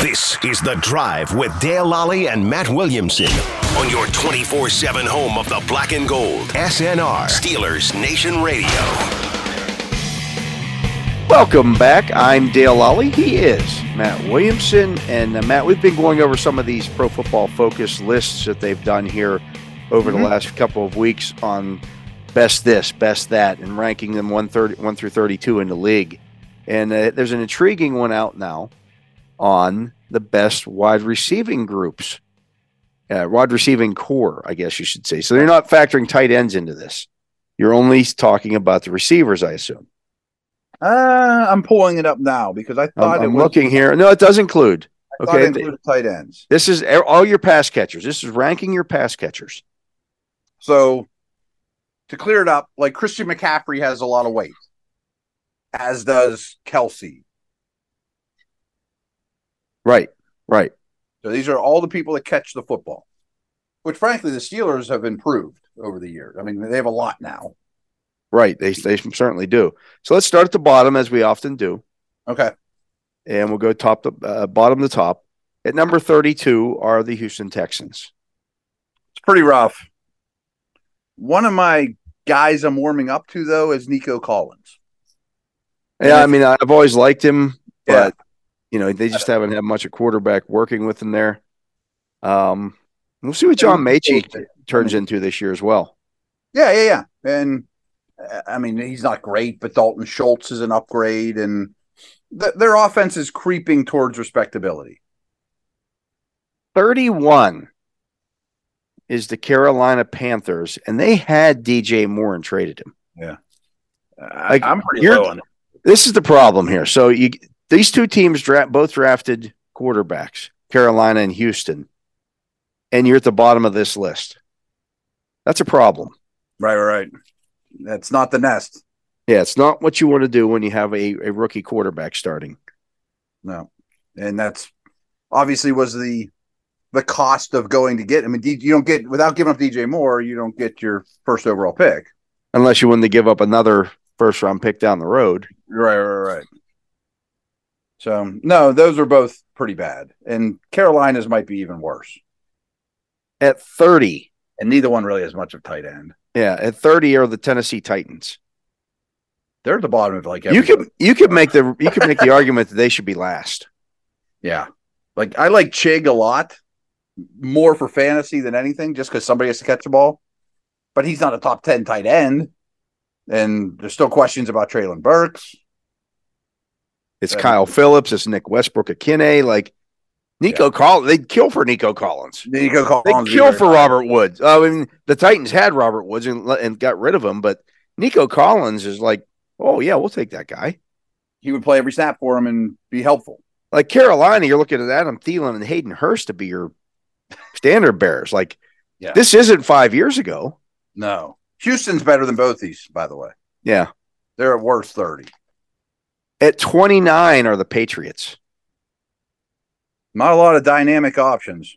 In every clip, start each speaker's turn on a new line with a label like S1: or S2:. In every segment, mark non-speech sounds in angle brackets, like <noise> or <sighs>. S1: This is The Drive with Dale Lally and Matt Williamson on your 24 7 home of the black and gold. SNR, Steelers Nation Radio.
S2: Welcome back. I'm Dale Lally. He is Matt Williamson. And uh, Matt, we've been going over some of these pro football focus lists that they've done here over the last couple of weeks on best this, best that, and ranking them 130, 1 through 32 in the league. And uh, there's an intriguing one out now on the best wide receiving groups, uh, wide receiving core, I guess you should say. So they're not factoring tight ends into this. You're only talking about the receivers, I assume.
S3: Uh, I'm pulling it up now because I
S2: I'm,
S3: thought it
S2: I'm
S3: was
S2: looking here. No, it does include.
S3: I thought it
S2: okay,
S3: included tight ends.
S2: This is e- all your pass catchers. This is ranking your pass catchers.
S3: So to clear it up, like Christian McCaffrey has a lot of weight, as does Kelsey.
S2: Right, right.
S3: So these are all the people that catch the football, which frankly the Steelers have improved over the years. I mean, they have a lot now.
S2: Right. They, they certainly do. So let's start at the bottom, as we often do,
S3: Okay.
S2: and we'll go top to uh, bottom to top. At number 32 are the Houston Texans.
S3: It's pretty rough. One of my guys I'm warming up to, though, is Nico Collins.
S2: Yeah, I mean, I've always liked him, but,
S3: Yeah.
S2: you know, they just haven't had much of quarterback working with him there. Um, we'll see what John Machie turns into this year as well.
S3: Yeah, yeah, yeah. And uh, I mean, he's not great, but Dalton Schultz is an upgrade, and th- their offense is creeping towards respectability.
S2: 31 is the Carolina Panthers, and they had DJ Moore and traded him.
S3: I,
S2: Like,
S3: Uh, I'm pretty
S2: you're-
S3: low on it.
S2: this is the problem here. So you these two teams draft both drafted quarterbacks, Carolina and Houston, and you're at the bottom of this list. That's a problem.
S3: Right, right. That's not the nest.
S2: Yeah, it's not what you want to do when you have a, a rookie quarterback starting.
S3: No, and that's obviously was the the cost of going to get. I mean, D- you don't get without giving up DJ Moore, you don't get your first overall pick.
S2: Unless you want to give up another first round pick down the road.
S3: Right, right, right. So no, those are both pretty bad, and Carolina's might be even worse.
S2: At 30,
S3: And neither one really has much of tight end.
S2: yeah, at 30 are the Tennessee Titans.
S3: They're at the bottom of like
S2: you
S3: every-
S2: could you could make the you could make the <laughs> argument that they should be last.
S3: yeah. Like I like Chig a lot more for fantasy than anything, just because somebody has to catch the ball. But he's not a top ten tight end, and there's still questions about Traylon Burks.
S2: It's
S3: Right.
S2: Kyle Phillips, it's Nick Westbrook Akine, like Nico Collins. They'd kill for Nico Collins.
S3: Then you go call
S2: They kill for Robert Woods. I mean, the Titans had Robert Woods and, let- and got rid of him, but Nico Collins is like, oh yeah, we'll take that guy.
S3: He would play every snap for him and be helpful.
S2: Like Carolina, you're looking at Adam Thielen and Hayden Hurst to be your standard bearers. Like
S3: Yeah.
S2: this isn't five years ago.
S3: No, Houston's better than both these, by the way.
S2: Yeah,
S3: They're at worst thirty.
S2: at 29 are the Patriots.
S3: Not a lot of dynamic options.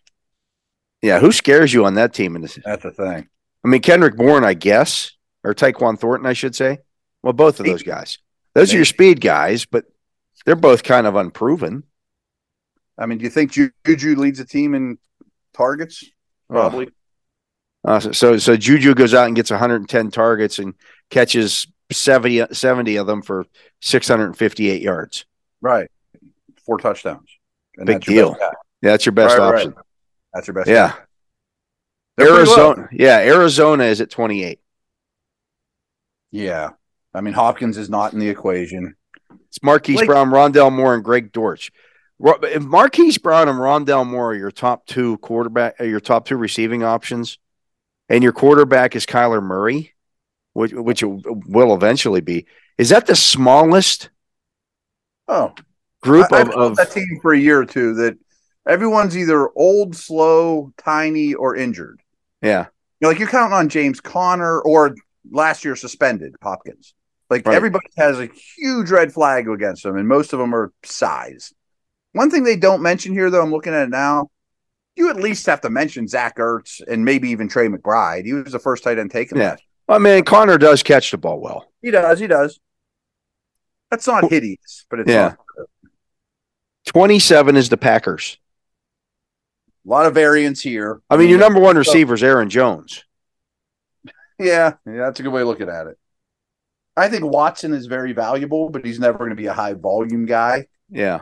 S2: Yeah, who scares you on that team? In this,
S3: That's the thing.
S2: I mean, Kendrick Bourne, I guess, or Tyquan Thornton, I should say. Well, both of those guys. Those are your speed guys, but they're both kind of unproven.
S3: I mean, do you think Ju- Juju leads the team in targets? Probably.
S2: Oh. Uh, so- so so Juju goes out and gets 110 targets and catches 70, 70 of them for 658 yards.
S3: Right. Four touchdowns. And
S2: Big
S3: that's your
S2: deal.
S3: best guy.
S2: Yeah, that's your best
S3: Right, right.
S2: option.
S3: That's your best.
S2: Yeah.
S3: guy. They're pretty low.
S2: Arizona. Yeah, Arizona is at 28.
S3: Yeah. I mean, Hopkins is not in the equation.
S2: It's Marquise
S3: Like-
S2: Brown, Rondell Moore, and Greg Dortch. Ro- If Marquise Brown and Rondell Moore are your top two quarterback, uh, your top two receiving options, and your quarterback is Kyler Murray, which which it will eventually be. Is that the smallest
S3: Oh,
S2: group
S3: I- I've
S2: of, of
S3: told that team for a year or two that everyone's either old, slow, tiny, or injured.
S2: yeah?
S3: You know, like you're counting on James Conner or last year suspended Hopkins. Like
S2: Right.
S3: everybody has a huge red flag against them, and most of them are size. One thing they don't mention here, though, I'm looking at it now. You at least have to mention Zach Ertz and maybe even Trey McBride. He was the first tight end taken.
S2: Yeah.
S3: last
S2: Well, I mean, Connor does catch the ball well.
S3: He does. He does. That's not hideous, but it's
S2: Yeah.
S3: not.
S2: 27 is the Packers.
S3: A lot of variance here.
S2: I mean, your number one receiver is Aaron Jones.
S3: Yeah, yeah, that's a good way of looking at it. I think Watson is very valuable, but he's never going to be a high volume guy.
S2: Yeah.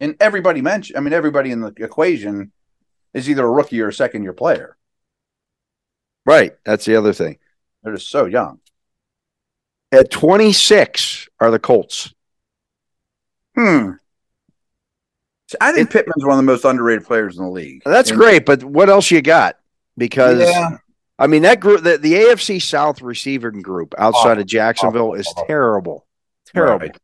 S3: And everybody mentioned, I mean, everybody in the equation is either a rookie or a second year player.
S2: Right. That's the other thing.
S3: They're just so young.
S2: At 26 are the Colts.
S3: Hmm. So I think Pittman's one of the most underrated players in the league.
S2: That's
S3: And-
S2: great, but what else you got? Because
S3: Yeah.
S2: I mean that group the, the AFC South receiving group outside of Jacksonville is
S3: Awful.
S2: terrible. Terrible.
S3: Right.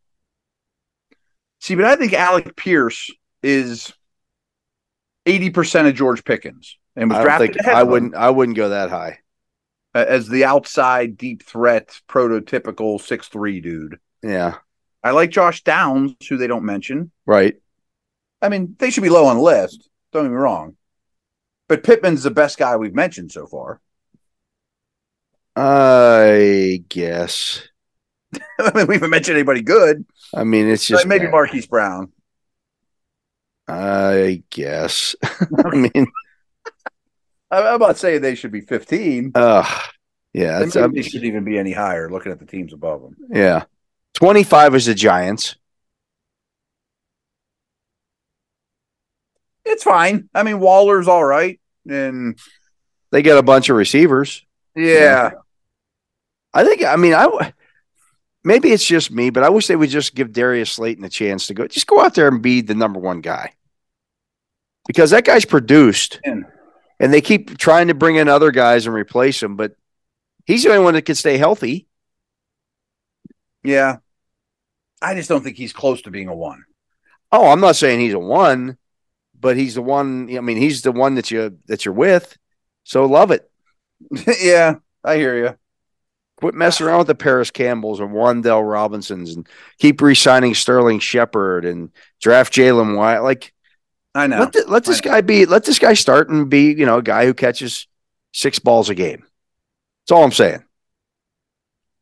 S3: See, but I think Alec Pierce is eighty percent of George Pickens, and was
S2: I don't
S3: drafted.
S2: think
S3: ahead
S2: I
S3: of him
S2: wouldn't I wouldn't go that high.
S3: a- as the outside deep threat, prototypical six three dude.
S2: Yeah.
S3: I like Josh Downs, who they don't mention.
S2: Right.
S3: I mean, they should be low on the list. Don't get me wrong, but Pittman's the best guy we've mentioned so far. <laughs>
S2: I guess.
S3: I mean, we haven't mentioned anybody good.
S2: I mean it's
S3: Like
S2: just
S3: maybe Marquise Brown.
S2: I guess. <laughs> I
S3: <laughs>
S2: mean
S3: I- I'm not saying they should be fifteen.
S2: uh yeah,
S3: Maybe
S2: it's, um,
S3: they should even be any higher. Looking at the teams above them.
S2: yeah. 25 is the Giants.
S3: It's fine. I mean, Waller's all right, and
S2: They got a bunch of receivers.
S3: yeah,
S2: I think. I mean, I w- maybe it's just me, but I wish they would just give Darius Slayton a chance to go. Just go out there and be the number one guy, because that guy's produced,
S3: And-
S2: and they keep trying to bring in other guys and replace him, but he's the only one that can stay healthy.
S3: yeah. I just don't think he's close to being a one. <laughs>
S2: Oh, I'm not saying he's a one, but he's the one. I mean, he's the one that you that you're with. So love it.
S3: yeah, I hear you.
S2: Quit messing around with the Paris Campbells and Wandell Robinsons, and keep re-signing Sterling Shepard and draft Jalen White. Like
S3: I know.
S2: Let, thi- let this
S3: I know.
S2: guy be. Let this guy start and be, you know, a guy who catches six balls a game. That's all I'm saying.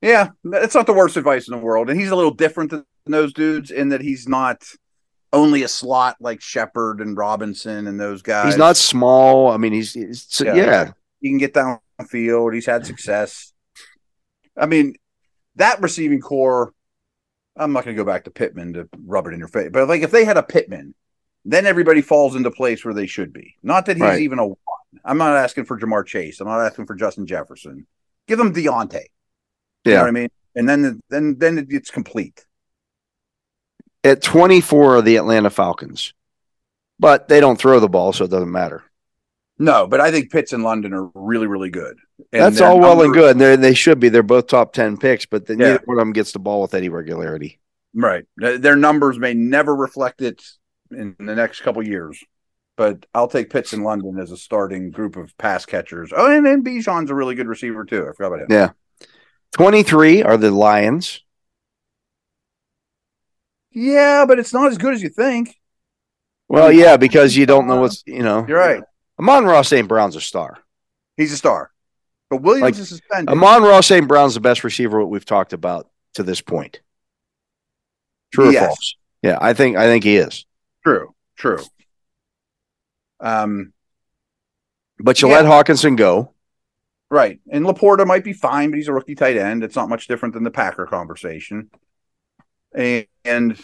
S3: Yeah, it's not the worst advice in the world, and he's a little different than those dudes in that he's not only a slot like Shepard and Robinson and those guys.
S2: He's not small. I mean, he's, he's so-
S3: Yeah.
S2: yeah.
S3: He can get downfield. He's had success. I mean, that receiving core. I'm not going to go back to Pittman to rub it in your face, but like if they had a Pittman, then everybody falls into place where they should be. Not that he's
S2: Right.
S3: even a one. I'm not asking for Jamar Chase. I'm not asking for Justin Jefferson. Give them Deontay. You know
S2: Yeah.
S3: what I mean? And then then then it- it's complete.
S2: At 24 are the Atlanta Falcons, but they don't throw the ball, so it doesn't matter.
S3: No, but I think Pitts and London are really really good. And
S2: That's
S3: their
S2: all well and
S3: number-
S2: good. And they're- they should be. They're both top 10 picks, but then
S3: Yeah.
S2: neither one of them gets the ball with any regularity.
S3: Right. Th- Their numbers may never reflect it in the next couple years. But I'll take Pitts and London as a starting group of pass catchers. Oh, and, and Bijan's a really good receiver too. I forgot about him.
S2: Yeah. 23 are the Lions.
S3: Yeah, but it's not as good as you think.
S2: Well, yeah, because you don't know what's, you know.
S3: You're right.
S2: Amon Ross St. Brown's a star.
S3: He's a star. But Williams
S2: Like,
S3: is suspended.
S2: Amon Ross St. Brown's the best receiver we've talked about to this point. True
S3: Yes.
S2: or false? Yeah, I think I think he is.
S3: true. True. Um
S2: But you
S3: Yeah.
S2: let Hawkinson go.
S3: Right. And Laporta might be fine, but he's a rookie tight end. It's not much different than the Packer conversation. And, and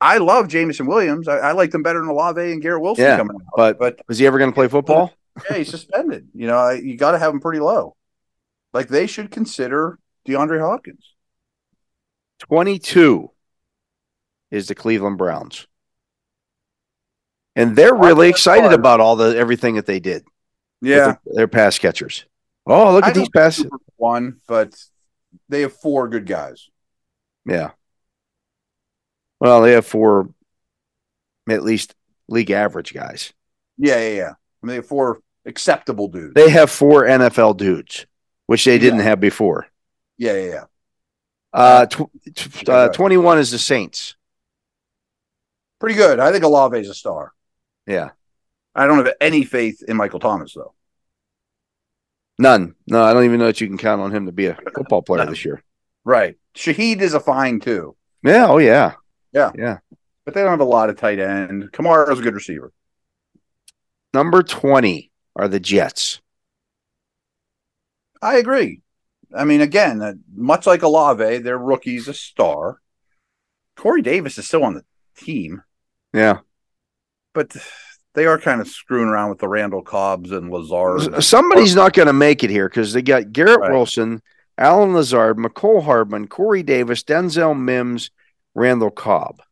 S3: I love Jamison Williams. I, I liked him better than Olave and Garrett Wilson
S2: Yeah,
S3: coming out.
S2: but-
S3: but
S2: Was he ever going to play football?
S3: yeah, he's suspended. You know, I, you got to have him pretty low. Like they should consider DeAndre Hopkins.
S2: Twenty-two is the Cleveland Browns, and they're
S3: Hard
S2: really
S3: to
S2: excited
S3: hard.
S2: about all the everything that they did. with their, their pass catchers. Oh, look
S3: I
S2: at these
S3: don't-
S2: passes!
S3: one, but they have four good guys.
S2: Yeah. Well, they have four, at least league average guys.
S3: Yeah, yeah, yeah. I mean, they have four acceptable dudes.
S2: They have four NFL dudes, which they didn't
S3: Yeah.
S2: have before.
S3: yeah, yeah, yeah.
S2: Uh, tw- tw-
S3: Yeah,
S2: uh,
S3: right.
S2: 21 is the Saints.
S3: Pretty good. I think Olave's a star.
S2: Yeah.
S3: I don't have any faith in Michael Thomas though.
S2: None. No, I don't even know that you can count on him to be a football player
S3: No.
S2: this year.
S3: Right. Shahid is a fine too.
S2: Yeah. Oh, yeah.
S3: but they don't have a lot of tight end. Kamara's a good receiver.
S2: Number 20 are the Jets.
S3: I agree. I mean, again, uh, much like Alave, their rookie's a star. Corey Davis is still on the team,
S2: Yeah.
S3: but they are kind of screwing around with the Randall Cobbs and Lazard.
S2: Somebody's not going to make it here because they got Garrett
S3: Right.
S2: Wilson, Alan Lazard, McCole Hardman, Corey Davis, Denzel Mims, Randall Cobb.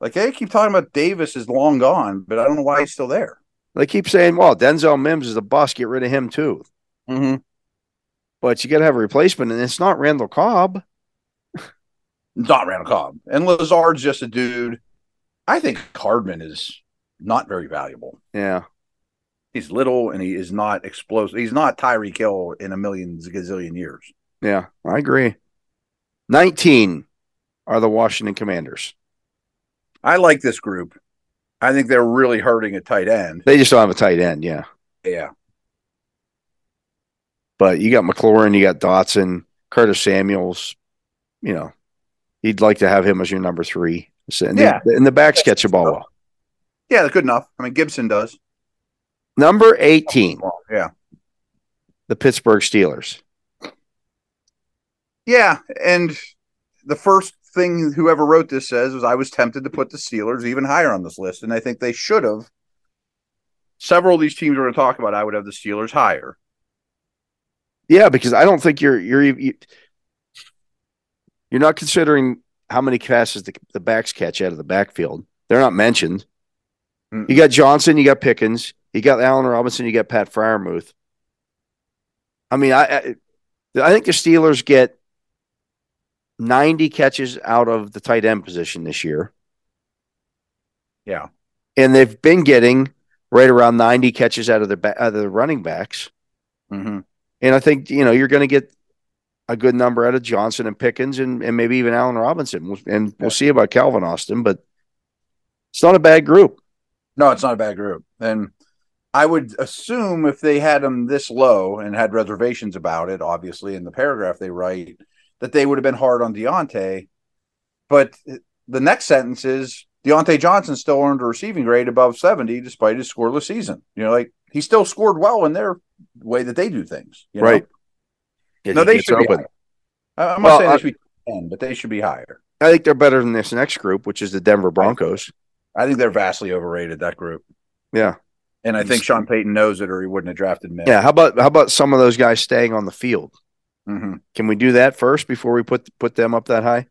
S3: Like they keep talking about Davis is long gone, but I don't know why he's still there.
S2: They keep saying, well, Denzel Mims is a bust. Get rid of him too.
S3: Mm-hmm.
S2: But you got to have a replacement, and it's not Randall Cobb.
S3: Not Randall Cobb and Lazard's just a dude. I think Hardman is not very valuable.
S2: Yeah.
S3: He's little and he is not explosive. He's not Tyreek Hill in a million gazillion years.
S2: Yeah. I agree. 19 are the Washington Commanders.
S3: I like this group. I think they're really hurting at tight end.
S2: They just don't have a tight end. Yeah.
S3: Yeah.
S2: But you got McLaurin, you got Dotson, Curtis Samuels. You know, you'd like to have him as your number three. So- And,
S3: Yeah.
S2: the, and the backs catch the ball well.
S3: Yeah, that's good enough. I mean, Gibson does.
S2: Number 18,
S3: Well, yeah.
S2: the Pittsburgh Steelers.
S3: Yeah. And the first thing whoever wrote this says is I was tempted to put the Steelers even higher on this list. And I think they should have. Several of these teams we're going to talk about, I would have the Steelers higher.
S2: Yeah, because I don't think you're you're you- you're not considering how many passes the, the backs catch out of the backfield. They're not mentioned.
S3: Mm.
S2: You got Johnson, you got Pickens, you got Allen Robinson, you got Pat Fryermuth. I mean, I I, I think the Steelers get ninety catches out of the tight end position this year.
S3: Yeah.
S2: and they've been getting right around ninety catches out of the ba- out of the running backs.
S3: Mm-hmm.
S2: And I think, you know, you're going to get a good number out of Johnson and Pickens and, and maybe even Allen Robinson. We'll- And we'll see about Calvin Austin, but it's not a bad group.
S3: No, it's not a bad group. And I would assume if they had them this low and had reservations about it, obviously in the paragraph they write, that they would have been hard on Deontay. But the next sentence is Deontay Johnson still earned a receiving grade above 70 despite his scoreless season. You know, like he still scored well in their way that they do things. you know?
S2: Right.
S3: No, they should be. I- I'm not
S2: Well,
S3: saying
S2: I-
S3: they should be 10, but they should be higher.
S2: I think they're better than this next group, which is the Denver Broncos.
S3: I think they're vastly overrated, that group.
S2: Yeah.
S3: And I think Sean Payton knows it or he wouldn't have drafted Mims.
S2: Yeah. How about, how about some of those guys staying on the field?
S3: hmm
S2: Can we do that first before we put, put them up that high?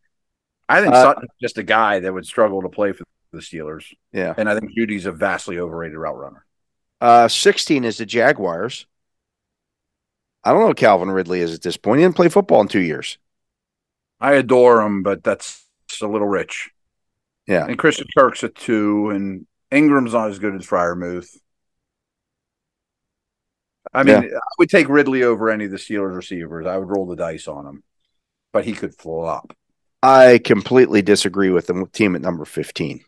S3: I think
S2: Uh,
S3: Sutton's just a guy that would struggle to play for the Steelers,
S2: Yeah.
S3: and I think Judy's a vastly overrated route runner.
S2: Uh, 16 is the Jaguars. I don't know what Calvin Ridley is at this point. He didn't play football in two years.
S3: I adore him, but that's a little rich.
S2: Yeah.
S3: And Christian Kirk's a two, and Ingram's not as good as Fryermuth. I mean, I would take Ridley over any of the Steelers receivers. I would roll the dice on him, but he could flop.
S2: I completely disagree with the team at number 15.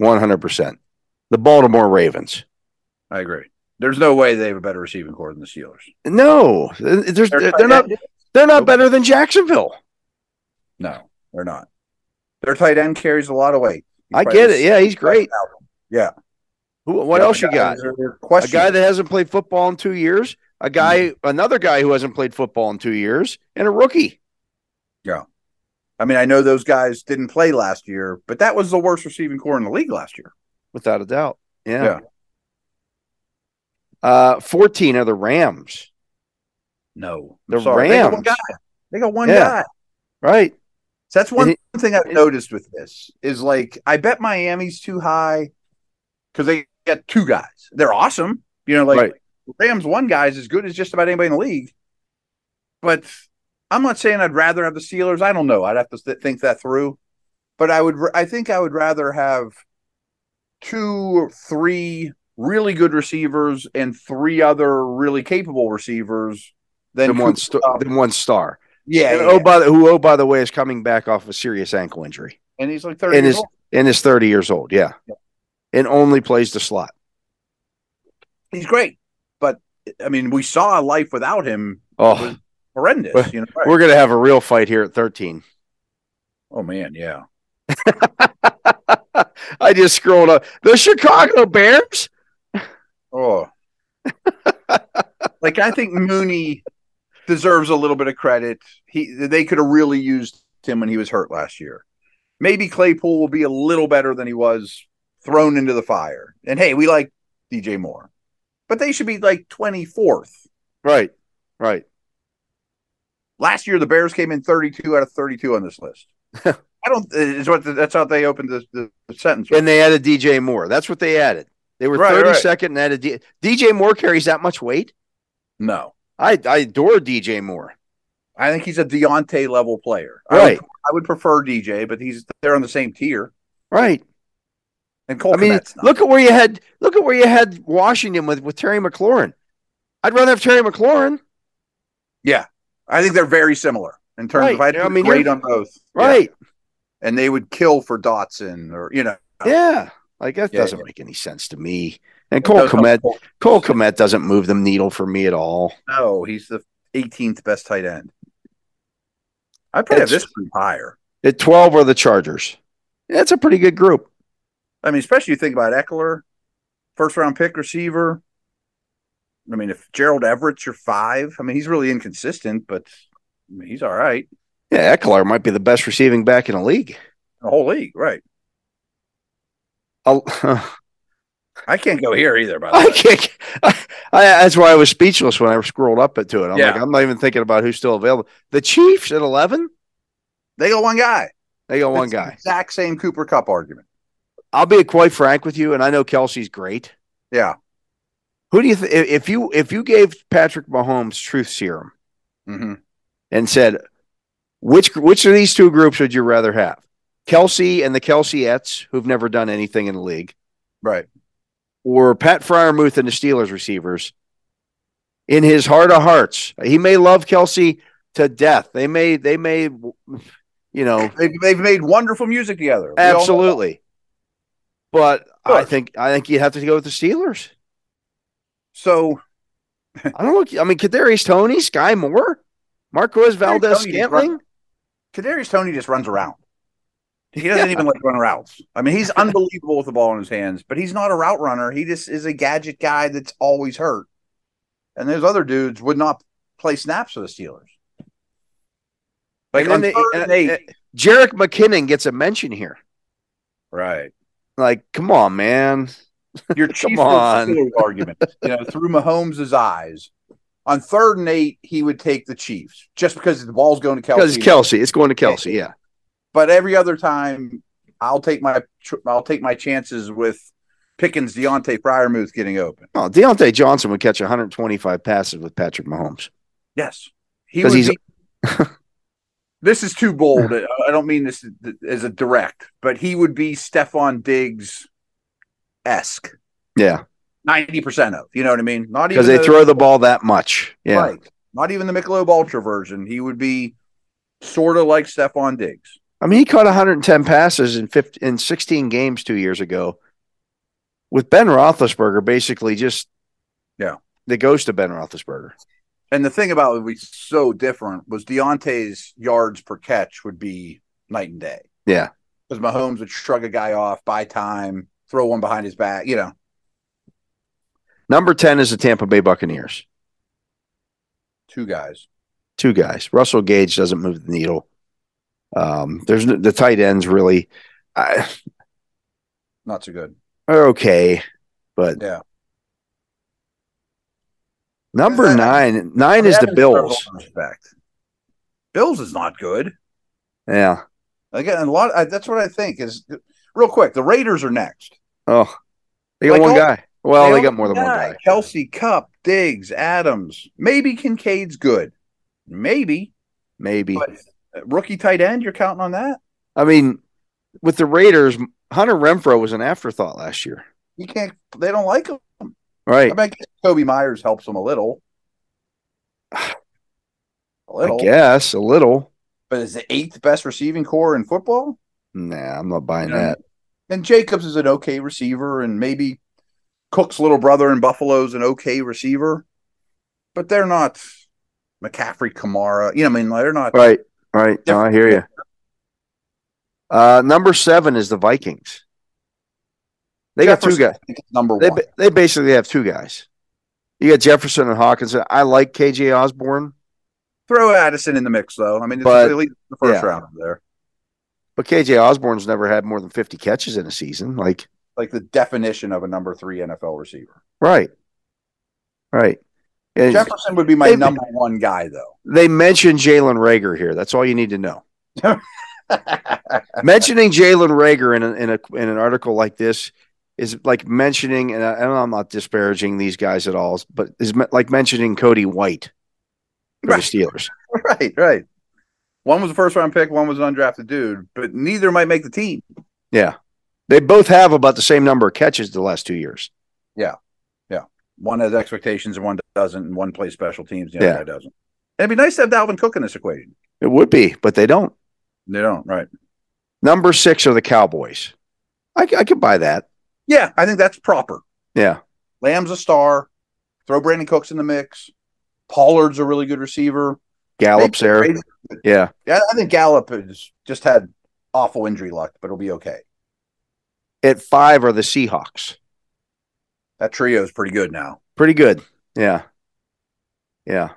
S2: 100%. The Baltimore Ravens.
S3: I agree. There's no way they have a better receiving core than the Steelers.
S2: No, there's, they're, they're not they're not better than Jacksonville.
S3: No, they're not. Their tight end carries a lot of weight.
S2: I get it. Yeah, he's great.
S3: Yeah.
S2: Who, what
S3: know,
S2: else you got?
S3: guys are
S2: A guy
S3: questionable.
S2: that hasn't played football in 2 years, a guy another guy who hasn't played football in 2 years, and a rookie.
S3: I mean, I know those guys didn't play last year, but that was the worst receiving core in the league last year.
S2: Without a doubt. Yeah. Uh, 14 are the Rams,
S3: No,
S2: The
S3: I'm sorry. They got one
S2: Rams.
S3: guy. They got one
S2: Yeah.
S3: guy.
S2: right?
S3: So that's one
S2: It-
S3: thing I've
S2: it-
S3: noticed with this is like I bet Miami's too high because they got two guys. They're awesome. You know, like
S2: Right.
S3: Rams one guy is as good as just about anybody in the league. But I'm not saying I'd rather have the Steelers. I don't know. I'd have to th- think that through. But I would. r- I think I would rather have two, three really good receivers and three other really capable receivers than
S2: Then um, one
S3: Cooper
S2: st-
S3: Cup.
S2: then one star.
S3: Yeah,
S2: And
S3: yeah,
S2: oh,
S3: yeah.
S2: by the, who, oh, by the way, is coming back off a serious ankle injury
S3: and he's like thirty.
S2: and
S3: years
S2: is
S3: old.
S2: and is 30 years old. Yeah. And only plays the slot.
S3: he's great. But I mean, we saw a life without him
S2: Oh,
S3: horrendous.
S2: Well,
S3: you know,
S2: we're going to have a real fight here at 13.
S3: oh man, yeah.
S2: I just scrolled up. The Chicago Bears.
S3: Oh. like I think Mooney deserves a little bit of credit. He they could have really used him when he was hurt last year. Maybe Claypool will be a little better than he was thrown into the fire. And hey, we like DJ Moore. But they should be like 24th.
S2: Right. Right.
S3: Last year the Bears came in 32 out of 32 on this list. I don't is what that's how they opened the, the sentence.
S2: And they added DJ Moore. That's what they added. They were
S3: Right, right.
S2: 32nd and added D- DJ Moore carries that much weight.
S3: no.
S2: I, I adore DJ Moore.
S3: I think he's a Deontay level player. I
S2: Right.
S3: would, I would prefer DJ, but he's they're on the same tier.
S2: Right.
S3: And Cole
S2: I mean,
S3: Kmet's Oh, not.
S2: look at where you had look at where you had Washington with, with Terry McLaurin. I'd rather have Terry McLaurin.
S3: I think they're very similar in terms of
S2: Right.
S3: I, do
S2: I mean,
S3: great
S2: you're-
S3: on both. Yeah.
S2: Right.
S3: And they would kill for Dotson or you know
S2: Yeah. Like that
S3: Yeah,
S2: doesn't
S3: yeah.
S2: make any sense to me. And Cole
S3: Those-
S2: Komet, Cole Komet doesn't move the needle for me at all.
S3: No, he's the 18th best tight end. I probably have
S2: It's-
S3: this one higher.
S2: At 12 are the Chargers. That's a pretty good group.
S3: I mean, especially you think about Eckler, first round pick receiver. I mean, if Gerald Everett's your five, I mean, he's really inconsistent, but I mean, he's all right.
S2: Yeah, Eckler might be the best receiving back in the league.
S3: The whole league, right?
S2: I'll- <laughs>
S3: I can't go here either. By the
S2: I
S3: way,
S2: can't. I, I, that's why I was speechless when I scrolled up to it. I'm
S3: Yeah.
S2: like, I'm not even thinking about who's still available. The Chiefs at 11,
S3: they got one guy.
S2: they got one
S3: It's the
S2: guy.
S3: Exact same Cooper Cup argument.
S2: I'll be quite frank with you, and I know Kelsey's great.
S3: Yeah.
S2: Who do you th- if if you if you gave Patrick Mahomes truth serum
S3: hmm
S2: and said which which of these two groups would you rather have? Kelsey and the Kelseyettes who've never done anything in the league,
S3: Right.
S2: or Pat Fryermuth and the Steelers receivers. In his heart of hearts, he may love Kelsey to death. They may they may you know
S3: They've, they've made wonderful music together. We all know
S2: absolutely. But I
S3: Sure.
S2: think I think you have to go with the Steelers.
S3: So
S2: I don't know. I mean, Kadarius Tony, Sky Moore, Marquez Valdez
S3: Tony just run-
S2: Scantling.
S3: Kadarius Tony just runs around. He doesn't even like run routes. I mean, he's unbelievable with the ball in his hands, but he's not a route runner. He just is a gadget guy that's always hurt. And those other dudes would not play snaps for the Steelers. Like
S2: And then
S3: on
S2: they-
S3: third
S2: and-
S3: and eight.
S2: and- Jarek McKinnon gets a mention here.
S3: right.
S2: Like, come on, man.
S3: Your chief versus
S2: on.
S3: Steelers argument, you know, through Mahomes' eyes. On third and eight, he would take the Chiefs just because the ball's going to
S2: Because
S3: Kelsey.
S2: Kelsey, it's going to Kelsey. Yeah.
S3: but every other time I'll take my I'll take my chances with Pickens, Deontay, Fryermuth getting open.
S2: Oh, Deontay Johnson would catch 125 passes with Patrick Mahomes.
S3: Yes, he
S2: 'Cause
S3: was.
S2: he's-
S3: <laughs> this is too bold. I I don't mean this as a direct, but he would be Stefan Diggs esque
S2: Yeah,
S3: ninety percent of. You know what I mean? Not even
S2: because they
S3: the-
S2: throw the ball that much. Yeah,
S3: right. Not even the Michelob Ultra version. He would be sort of like Stefan Diggs.
S2: I mean, he caught 110 passes in 15, in 16 games two years ago. With Ben Roethlisberger, basically just
S3: Yeah.
S2: the ghost of Ben Roethlisberger.
S3: And the thing about it would be so different was Deontay's yards per catch would be night and day.
S2: Yeah.
S3: Because Mahomes would shrug a guy off, buy time, throw one behind his back, you know.
S2: Number 10 is the Tampa Bay Buccaneers.
S3: Two guys.
S2: two guys. Russell Gage doesn't move the needle. Um, there's no, the tight ends really I,
S3: Not so good.
S2: are okay, but
S3: Yeah.
S2: number
S3: Yeah.
S2: nine, nine is the
S3: Evans deserves
S2: Bills.
S3: all the Respect. Bills is not good.
S2: Yeah.
S3: Again, a lot I, that's what I think is real quick, the Raiders are next.
S2: Oh, they got
S3: Like
S2: one
S3: all-
S2: guy. Well, they got more than one guy.
S3: Kelsey Cup, Diggs, Adams. Maybe Kincaid's good. Maybe.
S2: Maybe.
S3: But rookie tight end, you're counting on that?
S2: I mean, with the Raiders, Hunter Renfro was an afterthought last year,
S3: You can't they don't like him.
S2: right?
S3: I mean, I guess Kobe Myers helps him a little. <sighs> A
S2: I
S3: little.
S2: guess a little.
S3: But is the eighth best receiving core in football?
S2: Nah, I'm not buying
S3: Yeah.
S2: that.
S3: And Jacobs is an okay receiver, and maybe Cook's little brother in Buffalo's an okay receiver. But they're not McCaffrey, Kamara. You know, I mean, they're not.
S2: Right, right. No, I hear you. Uh, number seven is the Vikings. They got two
S3: Jefferson,
S2: guys.
S3: I think, is number
S2: They,
S3: one.
S2: ba- they basically have two guys. You got Jefferson and Hawkinson. I like KJ Osborne,
S3: Throw Addison in the mix, though. I mean, it's
S2: But-
S3: at least the first
S2: yeah.
S3: round there.
S2: but KJ Osborne's never had more than 50 catches in a season. Like,
S3: Like the definition of a number three NFL receiver.
S2: right. Right. And
S3: Jefferson would be my
S2: They-
S3: number one guy, <laughs> though.
S2: they mentioned Jalen Rager here. That's all you need to know. mentioning Jalen Rager in, a, in a in an article like this is like mentioning, and, I, and I'm not disparaging these guys at all, but is me- like mentioning Cody White for
S3: Right.
S2: the Steelers.
S3: right, right. One was a first round pick, one was an undrafted dude, but neither might make the team.
S2: Yeah, they both have about the same number of catches the last two years.
S3: One has expectations and one doesn't, and one plays special teams, the
S2: Yeah.
S3: other guy doesn't. It'd be nice to have Dalvin Cook in this equation.
S2: It would be, but they don't.
S3: They don't, right?
S2: Number six are the Cowboys. I, c- I could buy that.
S3: Yeah, I think that's proper.
S2: Yeah,
S3: Lamb's a star. Throw Brandon Cooks in the mix. Pollard's a really good receiver.
S2: Gallup's there.
S3: Brady-
S2: Yeah,
S3: Yeah, I think Gallup has just had awful injury luck, but it'll be okay.
S2: at five are the Seahawks.
S3: That trio is pretty good now.
S2: Pretty good. Yeah, yeah.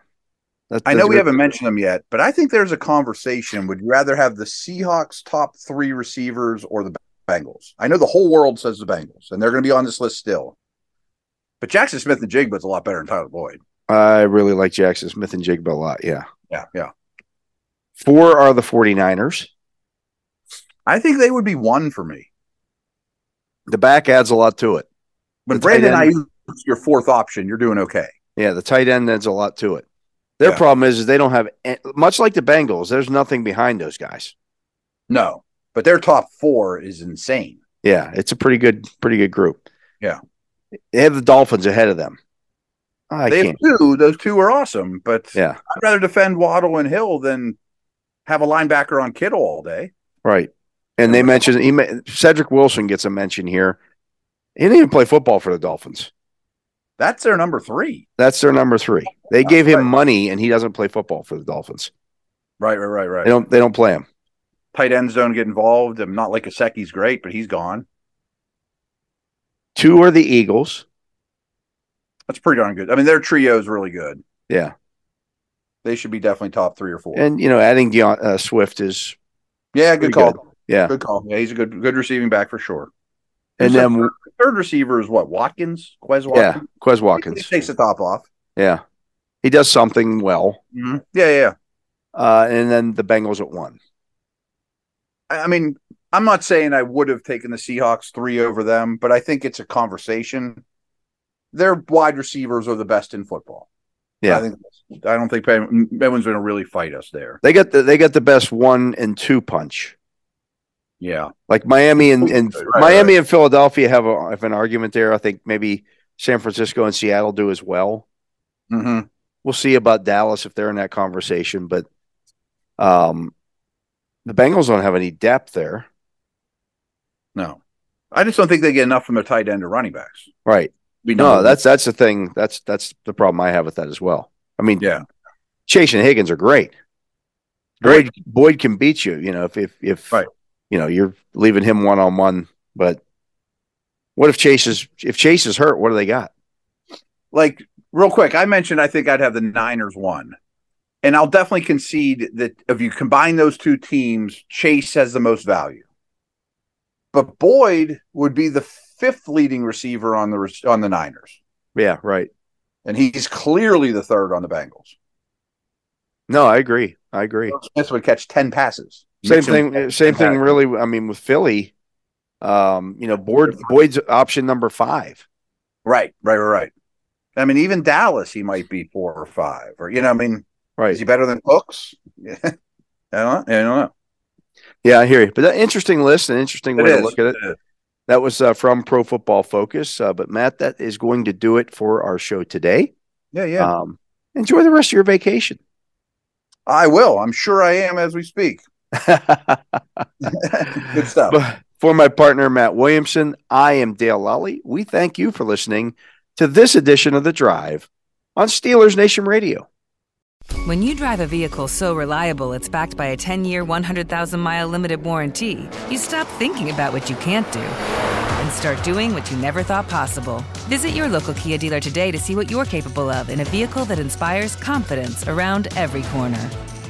S2: That-
S3: I know
S2: that's
S3: we
S2: good.
S3: haven't mentioned them yet, but I think there's a conversation. Would you rather have the Seahawks top three receivers or the Bengals? I know the whole world says the Bengals, and they're going to be on this list still. But Jackson Smith and Jigba's a lot better than Tyler Boyd.
S2: I really like Jackson Smith and Jigba a lot. Yeah.
S3: Yeah, yeah.
S2: Four are the 49ers.
S3: I think they would be one for me.
S2: The back adds a lot to it.
S3: When
S2: The tight
S3: Brandon
S2: end-
S3: Ayuk's your fourth option, you're doing okay.
S2: Yeah, the tight end adds a lot to it. Their
S3: Yeah.
S2: problem is, is they don't have a- much like the Bengals. There's nothing behind those guys.
S3: No, but their top four is insane.
S2: Yeah, it's a pretty good, pretty good group.
S3: Yeah.
S2: they have the Dolphins ahead of them. I
S3: they
S2: can't.
S3: have two. Those two are awesome, but
S2: Yeah.
S3: I'd rather defend Waddle and Hill than have a linebacker on Kittle all day.
S2: Right, and they mentioned he, ma- Cedric Wilson gets a mention here. He didn't even play football for the Dolphins.
S3: That's their number three.
S2: That's their number three. They
S3: That's
S2: gave him
S3: right.
S2: money, and he doesn't play football for the Dolphins.
S3: Right, right, right, right.
S2: They don't. They don't play him.
S3: Tight ends don't get involved. I'm not like Gasecki's great, but he's gone.
S2: Two are the Eagles.
S3: That's pretty darn good. I mean, their trio is really good.
S2: Yeah.
S3: They should be definitely top three or four.
S2: And you know, adding Deion, uh, Swift is
S3: yeah, good
S2: pretty
S3: call.
S2: yeah.
S3: Good call. Yeah, he's a good good receiving back for sure.
S2: And
S3: Who's their
S2: then-
S3: third, third receiver is what Watkins, Quez Watkins.
S2: yeah, Quez
S3: He
S2: Watkins.
S3: takes the top off.
S2: Yeah, he does something well.
S3: Mhm. Yeah, yeah, yeah.
S2: Uh, and then the Bengals at one.
S3: I I mean, I'm not saying I would have taken the Seahawks three over them, but I think it's a conversation. Their wide receivers are the best in football.
S2: Yeah.
S3: I, think, I don't think Penn- Penguins going to really fight us there.
S2: They got the they got the best one and two punch.
S3: Yeah,
S2: Like Miami and, and
S3: Right, right,
S2: Miami and Philadelphia have a, have an argument there. I think maybe San Francisco and Seattle do as well.
S3: hmm
S2: We'll see about Dallas if they're in that conversation, but um, the Bengals don't have any depth there,
S3: no, I just don't think they get enough from their tight end or running backs.
S2: right?
S3: We
S2: No, that's that's the thing. That's that's the problem I have with that as well. I mean,
S3: Yeah.
S2: Chase and Higgins are great. Boyd, Boyd can beat you, you know, if if if
S3: Right.
S2: you know you're leaving him one on one. But what if Chase is if Chase is hurt? What do they got?
S3: like real quick. I mentioned I think I'd have the Niners one, and I'll definitely concede that if you combine those two teams, Chase has the most value. But Boyd would be the fifth leading receiver on the rec- on the Niners,
S2: Yeah, right.
S3: and he's clearly the third on the Bengals.
S2: No, I agree. I agree.
S3: Smith would catch ten passes.
S2: Same
S3: Mixon would
S2: thing.
S3: catch
S2: Same
S3: 10
S2: thing.
S3: passes.
S2: Really, I mean, with Philly, um, you know, Boyd Boyd's option number five.
S3: Right, right, right, right. I mean, even Dallas, he might be four or five, or you know, I mean,
S2: Right.
S3: is he better than Cooks? <laughs> I don't, I don't know.
S2: Yeah, I hear you. But that interesting list, an interesting way
S3: It
S2: to
S3: is.
S2: look at it.
S3: It is.
S2: That was uh, from Pro Football Focus. Uh, but Matt, that is going to do it for our show today.
S3: Yeah, yeah.
S2: Um, enjoy the rest of your vacation. <laughs>
S3: I will. I'm sure I am as we speak. <laughs> Good stuff.
S2: But for my partner, Matt Williamson, I am Dale Lally. We thank you for listening to this edition of The Drive on Steelers Nation Radio.
S4: When you drive a vehicle so reliable it's backed by a 10 year, 100,000 mile limited warranty, you stop thinking about what you can't do and start doing what you never thought possible. Visit your local Kia dealer today to see what you're capable of in a vehicle that inspires confidence around every corner.